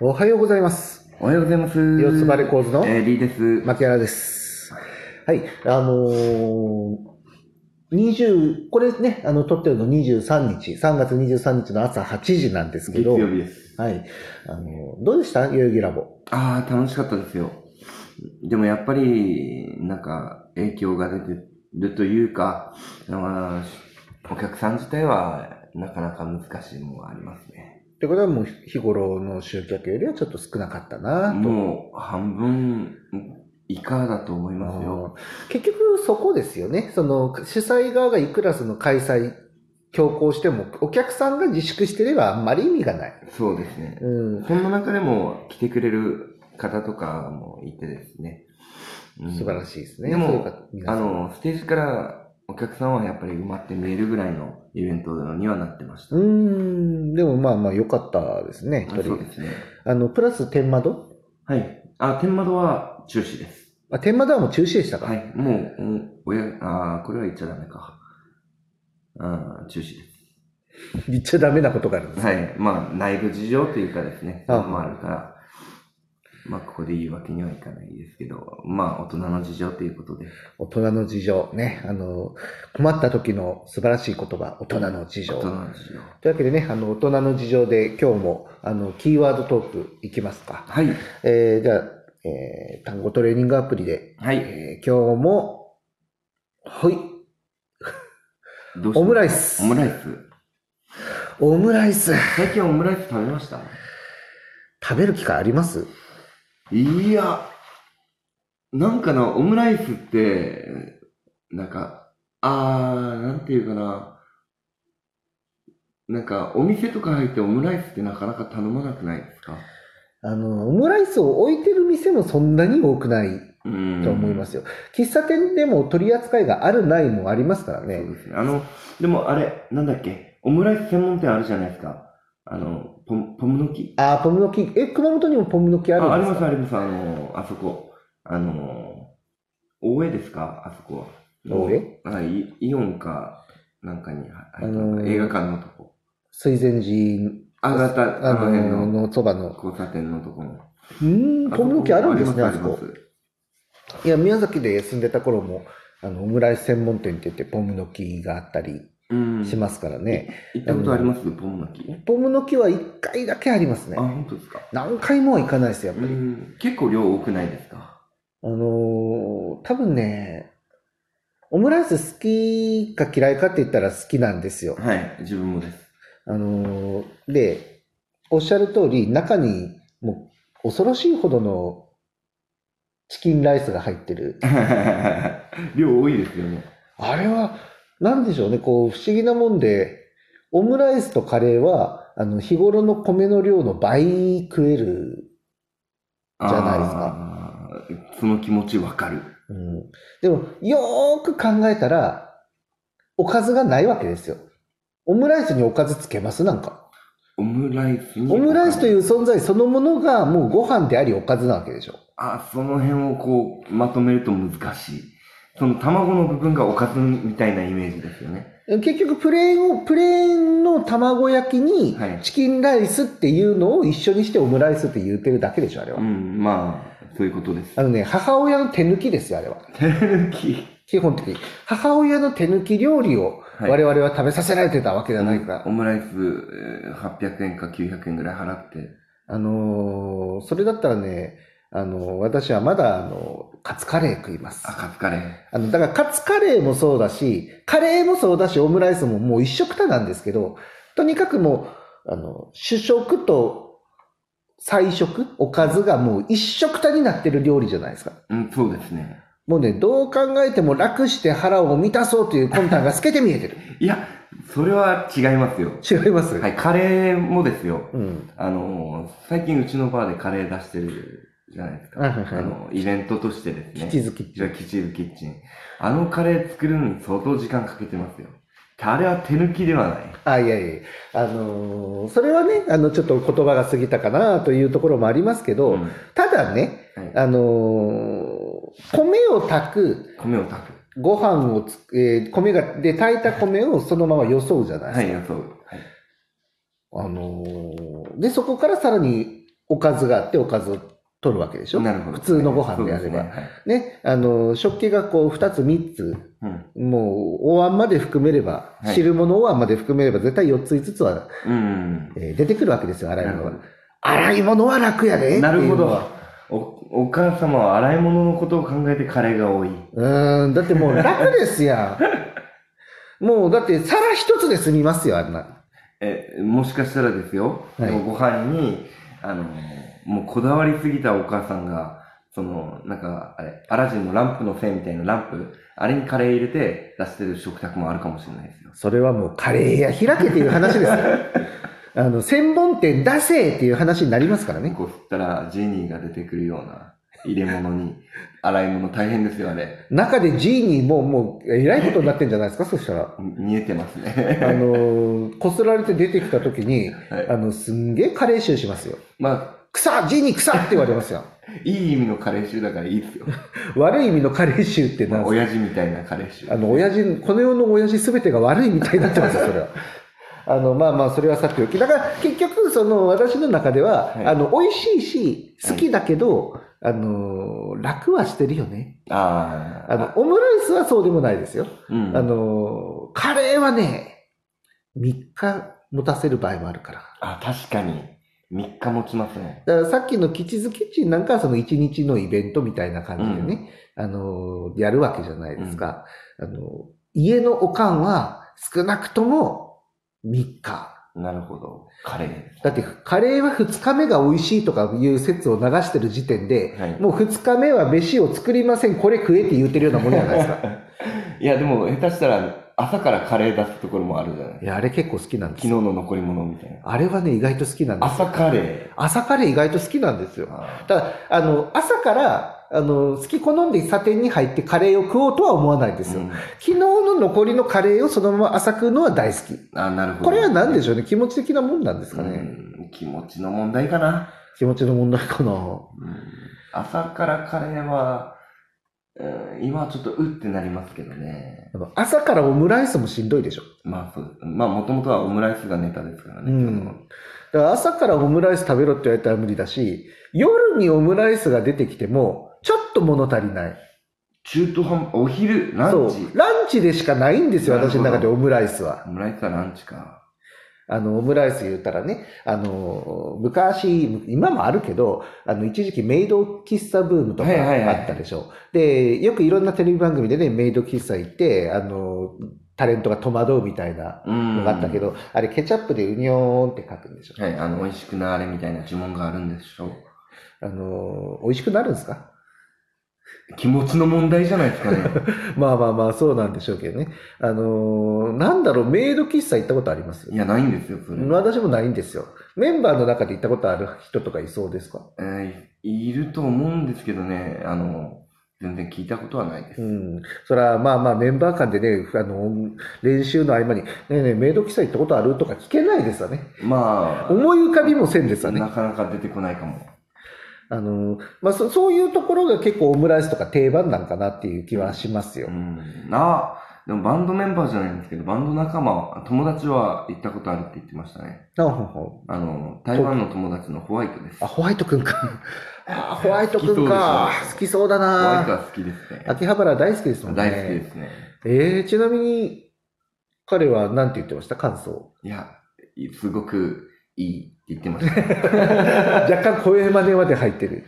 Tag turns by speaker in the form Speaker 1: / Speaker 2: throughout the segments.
Speaker 1: おはようございます。
Speaker 2: おはようございます。
Speaker 1: 四つ葉レコーズの
Speaker 2: えー、リーです。
Speaker 1: 牧原です。はい、あのー、20、これね、あの、撮ってるの23日、3月23日の朝8時なんですけ
Speaker 2: 月
Speaker 1: ど、
Speaker 2: 曜日です。
Speaker 1: はい、あのー、どうでした代々木ラボ。
Speaker 2: ああ、楽しかったですよ。でもやっぱり、なんか、影響が出てるというか、まあ、お客さん自体は、なかなか難しいものがありますね。
Speaker 1: ってことはもう日頃の集客よりはちょっと少なかったなと。
Speaker 2: もう、半分以下だと思いますよ。
Speaker 1: 結局そこですよね。その主催側がいくらその開催強行しても、お客さんが自粛してればあんまり意味がない。
Speaker 2: そうですね。
Speaker 1: うん。
Speaker 2: そんな中でも、来てくれる方とかもいてですね。うん
Speaker 1: 素晴らしいですね。
Speaker 2: でも
Speaker 1: そういう方皆
Speaker 2: あ
Speaker 1: さん
Speaker 2: の、ステージからお客さんはやっぱり埋まって見えるぐらいのイベントにはなってました。
Speaker 1: うーん、でもまあまあ良かったですね、
Speaker 2: あ
Speaker 1: とりあ
Speaker 2: そう
Speaker 1: え
Speaker 2: で
Speaker 1: ず
Speaker 2: すね。
Speaker 1: あの、プラス天窓
Speaker 2: はい。あ、天窓は中止です。
Speaker 1: あ、天窓はもう中止でしたか、
Speaker 2: はい。もう、うん、親、あーこれは言っちゃダメか。あー中止で。
Speaker 1: 言っちゃダメなことがあるんです
Speaker 2: はい。まあ、内部事情というかですね、
Speaker 1: あ
Speaker 2: もあるから、まあ、ここで言うわけにはいかないですけど、まあ、大人の事情ということで。
Speaker 1: 大人の事情ね。あの、困った時の素晴らしい言葉、大人の事情。
Speaker 2: 大
Speaker 1: と
Speaker 2: 人
Speaker 1: いう
Speaker 2: の事情。
Speaker 1: わけでね、あの、大人の事情で今日も、あの、キーワードトークいきますか。
Speaker 2: はい。
Speaker 1: えー、じゃあ、えー、単語トレーニングアプリで、
Speaker 2: はい。
Speaker 1: えー、今日も、はい、
Speaker 2: どう
Speaker 1: オムラ
Speaker 2: イ
Speaker 1: イス
Speaker 2: オ。ムライス。
Speaker 1: オムライス。
Speaker 2: 最近オムライス食べました
Speaker 1: 食べる機会あります
Speaker 2: いや、なんかな、オムライスって、なんか、あー、なんていうかな、なんか、お店とか入ってオムライスってなかなか頼まなくないですか
Speaker 1: あの、オムライスを置いてる店もそんなに多くない
Speaker 2: うん
Speaker 1: と思います
Speaker 2: よ
Speaker 1: よ。喫茶店でも取り扱いがあるないもありますから
Speaker 2: ね。
Speaker 1: ね
Speaker 2: そう。ですね。あの、でもあれ、なんだっけ、オムライス専門店あるじゃないですか。あの、ポムポムの木。
Speaker 1: あー、ポムの木、え、熊本にもポムの木ある
Speaker 2: あ、あ
Speaker 1: ん
Speaker 2: り
Speaker 1: です
Speaker 2: ます
Speaker 1: か
Speaker 2: あります、あの、あそこ。あの、大江ですかあそこは。
Speaker 1: 大江
Speaker 2: あイイオンか、なんかに入った、
Speaker 1: あのー
Speaker 2: 映画館のとこ。
Speaker 1: 水前寺、
Speaker 2: あがた、
Speaker 1: あ
Speaker 2: あの辺
Speaker 1: の、
Speaker 2: の
Speaker 1: のそばの。
Speaker 2: 交差点のとこの。
Speaker 1: うーん、ポムの木あるんですね、あ
Speaker 2: り
Speaker 1: そ
Speaker 2: ます
Speaker 1: こ
Speaker 2: り。ます
Speaker 1: いや、宮崎で住んでた頃も、あの、オムライス専門店って言って、ポムの木があったり
Speaker 2: うん。
Speaker 1: しますからね。
Speaker 2: 行ったことありますポムの木。あ、
Speaker 1: ポムの木は1回だけありますね。
Speaker 2: 本当ですか。
Speaker 1: 何回もは行かないですよ、やっ
Speaker 2: う
Speaker 1: ぱり。
Speaker 2: ん。結構量多くないですか
Speaker 1: あのー多分ね、オムライス好きか嫌いかって言ったら好きなんですよ。
Speaker 2: はい、自分もです。
Speaker 1: あのーで、おっしゃる通り、中にもう恐ろしいほどのチキンライスが入ってる。
Speaker 2: 量多いですよね。
Speaker 1: あれは、なんでしょうね、こう、不思議なもんで、オムライスとカレーは、あの、日頃の米の量の倍食える。じゃないです
Speaker 2: ないですか。その気持ちわかる。
Speaker 1: うん、でも、よーく考えたら、おかずがないわけですよ。オムライスにおかずつけますなんか。
Speaker 2: オムライスに。。
Speaker 1: オムライスというう存在そのものがもうご飯でありおかずなわけでしょ。
Speaker 2: あ、その辺をこう、まとめると難しい。その卵の部分がおかずみたいなイメージですよね。
Speaker 1: 結局プレーンを、プレーンの卵焼きに
Speaker 2: はい
Speaker 1: チキンライスっていうのを一緒にしてオムライスって言ってるだけでしょ、あれは。
Speaker 2: うん、まあ、そういうことです
Speaker 1: あ。のね、母親の手抜きですよ、あれは。
Speaker 2: 手抜き。
Speaker 1: 基本的に。母親の手抜き料理を
Speaker 2: はい
Speaker 1: 我々は食べさせられてたわけじゃないから。
Speaker 2: オムライスえー800円か900円ぐらい払って。
Speaker 1: あのーそれだったらね、あのー私はまだ、あのーカツカレー食います
Speaker 2: あ、。カツカレー。
Speaker 1: あの、だからカツカレーもそうだし、カレーもそうだし、オムライスももう一食たなんですけど、とにかくもう、あの、主食と菜食、おかずがもう一食たになってる料理じゃないですか。
Speaker 2: うん、そうですね。
Speaker 1: もうね、どう考えても楽して腹を満たそうという魂胆が透けて見えてる。
Speaker 2: いや、それは違いますよ。
Speaker 1: 違います、
Speaker 2: はい、カレーもですよ。
Speaker 1: うん。
Speaker 2: あのー、最近うちのバーでカレー出してるじゃないですか。
Speaker 1: はいはいはい
Speaker 2: あの、イベントとしてですね。
Speaker 1: キチズキッ
Speaker 2: じゃあ、キチーズキッチン。あのカレー作るのに相当時間かけてますよ。あれは手抜きではない。
Speaker 1: あ、いやいや、あのーそれはね、あの、ちょっと言葉が過ぎたかなというところもありますけど、
Speaker 2: んはい、
Speaker 1: ただね、あのー米を炊く、
Speaker 2: 米を炊
Speaker 1: ご飯をつ、えー米が、で、炊いた米をそのままよそうじゃ
Speaker 2: く。
Speaker 1: ないで
Speaker 2: はい、
Speaker 1: す
Speaker 2: 予想。は
Speaker 1: か。
Speaker 2: い
Speaker 1: あのーで、そこからさらにおかずがあって、おかずを取るわけでしょ
Speaker 2: なるほど。
Speaker 1: 普通のご飯であれば
Speaker 2: そうすねはい
Speaker 1: ね、あの、食器がこう、2つ、3つ、
Speaker 2: うん
Speaker 1: もう、お椀まで含めれば、
Speaker 2: はい
Speaker 1: 汁物お椀まで含めれば、絶対4つ、5つは、
Speaker 2: うん。
Speaker 1: えー出てくるわけですよ、洗い
Speaker 2: なるほ
Speaker 1: 物
Speaker 2: ど
Speaker 1: は。洗い物は楽やで。
Speaker 2: なるほ
Speaker 1: っていうの
Speaker 2: ど
Speaker 1: は。
Speaker 2: お、お母様は洗い物のことを考えてカレーが多い。
Speaker 1: うーん、だっても う楽ですやん。もうだって皿一つで済みますよ、あんな。
Speaker 2: え、もしかしたらですよ。
Speaker 1: はい
Speaker 2: でもご飯に、あの、もうこだわりすぎたお母さんが、その、なんか、あれ、アラジンのランプのせいみたいなランプ、あれにカレー入れて出してる食卓もあるかもしれないですよ。
Speaker 1: それはもうカレー屋開けっていう話 ですよ。あの、専門店出せっていう話になりますからね。
Speaker 2: こう振ったら、ジーニーが出てくるような入れ物に、 洗い物大変ですよ、あれ。
Speaker 1: 中でジーニーももう、えらいことになってんじゃないですか、そしたら。
Speaker 2: 見えてます
Speaker 1: あ
Speaker 2: ね。
Speaker 1: のー、こすられて出てきた時に、
Speaker 2: はい
Speaker 1: あの、すんげえカレー臭しますよ。
Speaker 2: ま
Speaker 1: 草ジーニー草って言われますよ。
Speaker 2: あ、いい意味のカレー臭だからいいです よ。
Speaker 1: 悪い意味のカレー臭って
Speaker 2: ま
Speaker 1: な
Speaker 2: あ、
Speaker 1: んですか
Speaker 2: 親父みたいなカレー臭。
Speaker 1: あの、親父、この世の親父すべてが悪いみたいになってますよ、それは。 あの、まあまあ、それはさておき。だから、結局、その、私の中では、
Speaker 2: はい
Speaker 1: あの、美味しいし、好きだけど、あの、楽はしてるよね。
Speaker 2: あー
Speaker 1: あの、オムライスはそうでもないですよ。
Speaker 2: うん、
Speaker 1: あの、カレーはね、3日持たせる場合もあるから。
Speaker 2: あ、確かに。3日持ちますね。
Speaker 1: だからさっきのキチズキッチンなんかはその一日のイベントみたいな感じでね、あの、やるわけじゃないですか。あの、家のおかんは少なくとも3日。
Speaker 2: なるほど。カレー。
Speaker 1: だってカレーは2日目が美味しいとかいう説を流してる時点で、
Speaker 2: はい
Speaker 1: もう2日目は飯を作りません、これ食えって言ってるようなもんじゃないですか。
Speaker 2: いや、でも、下手したら、朝からカレー出すところもあるじゃない
Speaker 1: いや、あれ結構好きなんで
Speaker 2: 昨
Speaker 1: す
Speaker 2: 日
Speaker 1: よ。
Speaker 2: の残り物みたいな。
Speaker 1: あれはね、意外と好きなんですよ。
Speaker 2: 朝カレ
Speaker 1: 朝カレー意外と好きなんですよ
Speaker 2: ー。。あ
Speaker 1: ただ、あの、朝から、あの、好き好んで砂店に入ってカレーを食おうとは思わないんですよ。
Speaker 2: うん
Speaker 1: 昨日の残りのカレーをそのまま朝食うのは大好き。
Speaker 2: あ、なるほど。
Speaker 1: これは何で
Speaker 2: し
Speaker 1: しょうね気持ち的なもんなんですかね、
Speaker 2: うん、気持ちの問題かな。
Speaker 1: 気持ちの問題かな
Speaker 2: うん、朝からカレーは、うん、今はちょっとうってなりますけどね。
Speaker 1: あの朝からオムライスもしんどいでしょ
Speaker 2: まあそうです。まあもともとはオムライスがネタですからね。
Speaker 1: うんだから朝からオムライス食べろって言われたら無理だし、夜にオムライスが出てきても、ちょっと物足りない。
Speaker 2: 中途半端、お昼、ランチ。
Speaker 1: そう。ランチでしかないんですよ、
Speaker 2: なる
Speaker 1: 私
Speaker 2: ほど
Speaker 1: の中でオムライスは。
Speaker 2: オムライスはランチか。
Speaker 1: あの、オムライス言ったらね、あの、昔、今もあるけど、あの、一時期メイド喫茶ブームとか
Speaker 2: はいはいはい
Speaker 1: あったでしょ。で、よくいろんなテレビ番組でね、メイド喫茶行って、あの、タレントが戸惑うみたいな
Speaker 2: うん
Speaker 1: のがあったけど、あれケチャップでうにょーんって書くんでしょ。
Speaker 2: はい、あの、美味しくなあれみたいな呪文があるんでしょう。
Speaker 1: あの、美味しくなるんですか
Speaker 2: 気持ちの問題じゃないですかね。
Speaker 1: まあまあまあ、そうなんでしょうけどね。あの、なんだろう、メイド喫茶行ったことあります
Speaker 2: いや、ないんですよ、それ。
Speaker 1: 私もないんですよ。メンバーの中で行ったことある人とかいそうですか
Speaker 2: えーいると思うんですけどね、あの、全然聞いたことはないです。
Speaker 1: うん、それはまあまあメンバー間でね、あの、練習の合間に、ねえねえ、メイド記載行ったことあるとか聞けないですわね。
Speaker 2: まあ、
Speaker 1: 思い浮かびもせんですわね。
Speaker 2: なかなか出てこないかも。
Speaker 1: あの、まあそ、そういうところが結構オムライスとか定番なんかなっていう気はしますよ
Speaker 2: う。ん。あ、でもバンドメンバーじゃないんですけど、バンド仲間は、友達は行ったことあるって言ってましたね。
Speaker 1: あほんほん
Speaker 2: あの、台湾の友達のホワイトです。
Speaker 1: あ、
Speaker 2: ホ
Speaker 1: ホワイトくんか。あ、ホワイトくんか。好
Speaker 2: 好
Speaker 1: きそうだ
Speaker 2: ワイト
Speaker 1: な。
Speaker 2: は好きですね。
Speaker 1: 秋葉原大好きですもんね。
Speaker 2: 大好きですね。
Speaker 1: えー、ちなみに、彼は何て言ってました感想。
Speaker 2: いや、すごくいいって言ってました。
Speaker 1: 若干声真似まで入ってる。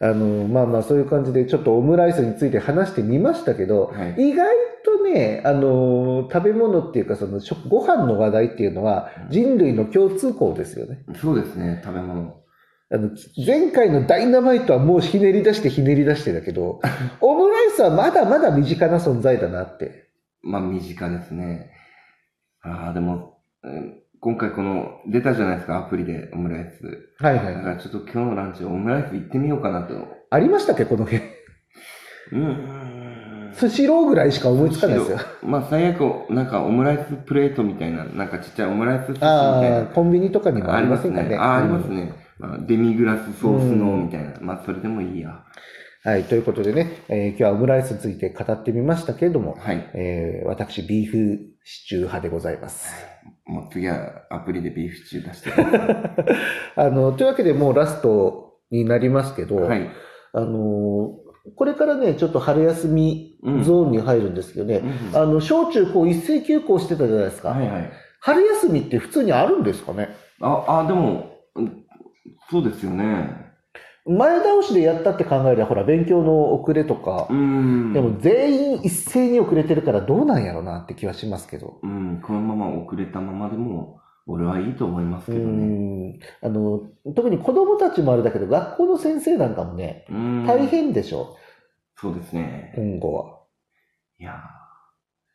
Speaker 1: あの、まあまあそういう感じでちょっとオムライスについて話してみましたけど、
Speaker 2: はい
Speaker 1: 意外とね、あの、食べ物っていうかその食、ご飯の話題っていうのは
Speaker 2: うん
Speaker 1: 人類の共通項ですよね。
Speaker 2: そうですね、食べ物。
Speaker 1: あの、前回のダイナマイトはもうひねり出してひねり出してだけど、オムライスはまだまだ身近な存在だなって。
Speaker 2: まあ、身近ですね。ああ、でも、うん今回この、出たじゃないですか、アプリでオムライス。
Speaker 1: はいは
Speaker 2: だ
Speaker 1: い
Speaker 2: か
Speaker 1: はい。
Speaker 2: らちょっと今日のランチ、オムライス行ってみようかなと。
Speaker 1: ありましたっけこの辺。
Speaker 2: うーん。
Speaker 1: スシローぐらいしか思いつかないですよ。
Speaker 2: まあ、最悪、なんかオムライスプレートみたいな、なんかちっちゃいオムライス寿司みたい
Speaker 1: あ
Speaker 2: な
Speaker 1: あ、。コンビニとかにもあ
Speaker 2: あり
Speaker 1: り
Speaker 2: ま
Speaker 1: ますせんか
Speaker 2: ね。
Speaker 1: ね。
Speaker 2: あーあります
Speaker 1: うん
Speaker 2: ね。まあデミグラスソースの
Speaker 1: うん
Speaker 2: みたいな。まあ、それでもいいや。
Speaker 1: はい、ということでね、えー今日はオムライスについて語ってみましたけれども、
Speaker 2: はい。
Speaker 1: えー私、ビーフシチュー派でございます。
Speaker 2: もう次はアプリでビーフシチュー出してくだ さ
Speaker 1: あの、というわけでもうラストになりますけど、
Speaker 2: い。はい。
Speaker 1: あのーこれからね、ちょっと春休み
Speaker 2: うん
Speaker 1: ゾーンに入るんですけどね、
Speaker 2: うん
Speaker 1: あの、小中高一斉休校してたじゃないですか。
Speaker 2: はいはい。
Speaker 1: 春休みって普通にあるんですかね
Speaker 2: あ、あ、でも、うんそうですよね。
Speaker 1: 前倒しでやったって考えれば、ほら、勉強の遅れとか
Speaker 2: う、ん。
Speaker 1: でも全員一斉に遅れてるからどうなんやろうなって気はしますけど。
Speaker 2: うん、このまま遅れたままでも、俺はいいと思います
Speaker 1: う
Speaker 2: けどね。
Speaker 1: んあの特に子供たちもあれだけど、学校の先生なんかもね、
Speaker 2: うん
Speaker 1: 大。変でしょ、
Speaker 2: そうですね。
Speaker 1: 今後は。
Speaker 2: いやー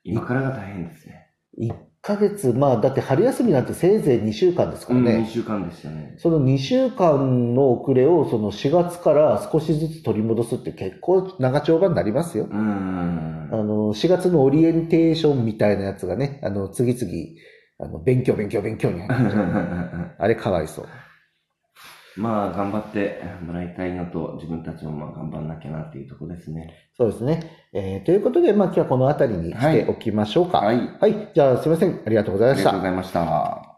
Speaker 2: 今からが大変ですね。
Speaker 1: 1ヶ月、まあ、だって春休みなんてせいぜい2週間ですか
Speaker 2: う
Speaker 1: ら
Speaker 2: ん、
Speaker 1: ね。
Speaker 2: 2週間でしたね。
Speaker 1: その2週間の遅れをその4月から少しずつ取り戻すって結構長丁場になりますよ。
Speaker 2: うん
Speaker 1: あ。の、4月のオリエンテーションみたいなやつがね、あの、次々、あの、勉強勉強勉強に入ってくるあれかわいそう。
Speaker 2: まあ、頑張ってもらいたいのと、自分たちもまあ頑張んなきゃなっていうとこですね。
Speaker 1: そうですね。えーということで、まあ今日はこの辺りにしておきましょうか。
Speaker 2: はい。
Speaker 1: はい、じゃあすいません。ありがとうござい
Speaker 2: あ
Speaker 1: ま
Speaker 2: り
Speaker 1: し
Speaker 2: が
Speaker 1: た
Speaker 2: とう。ございました。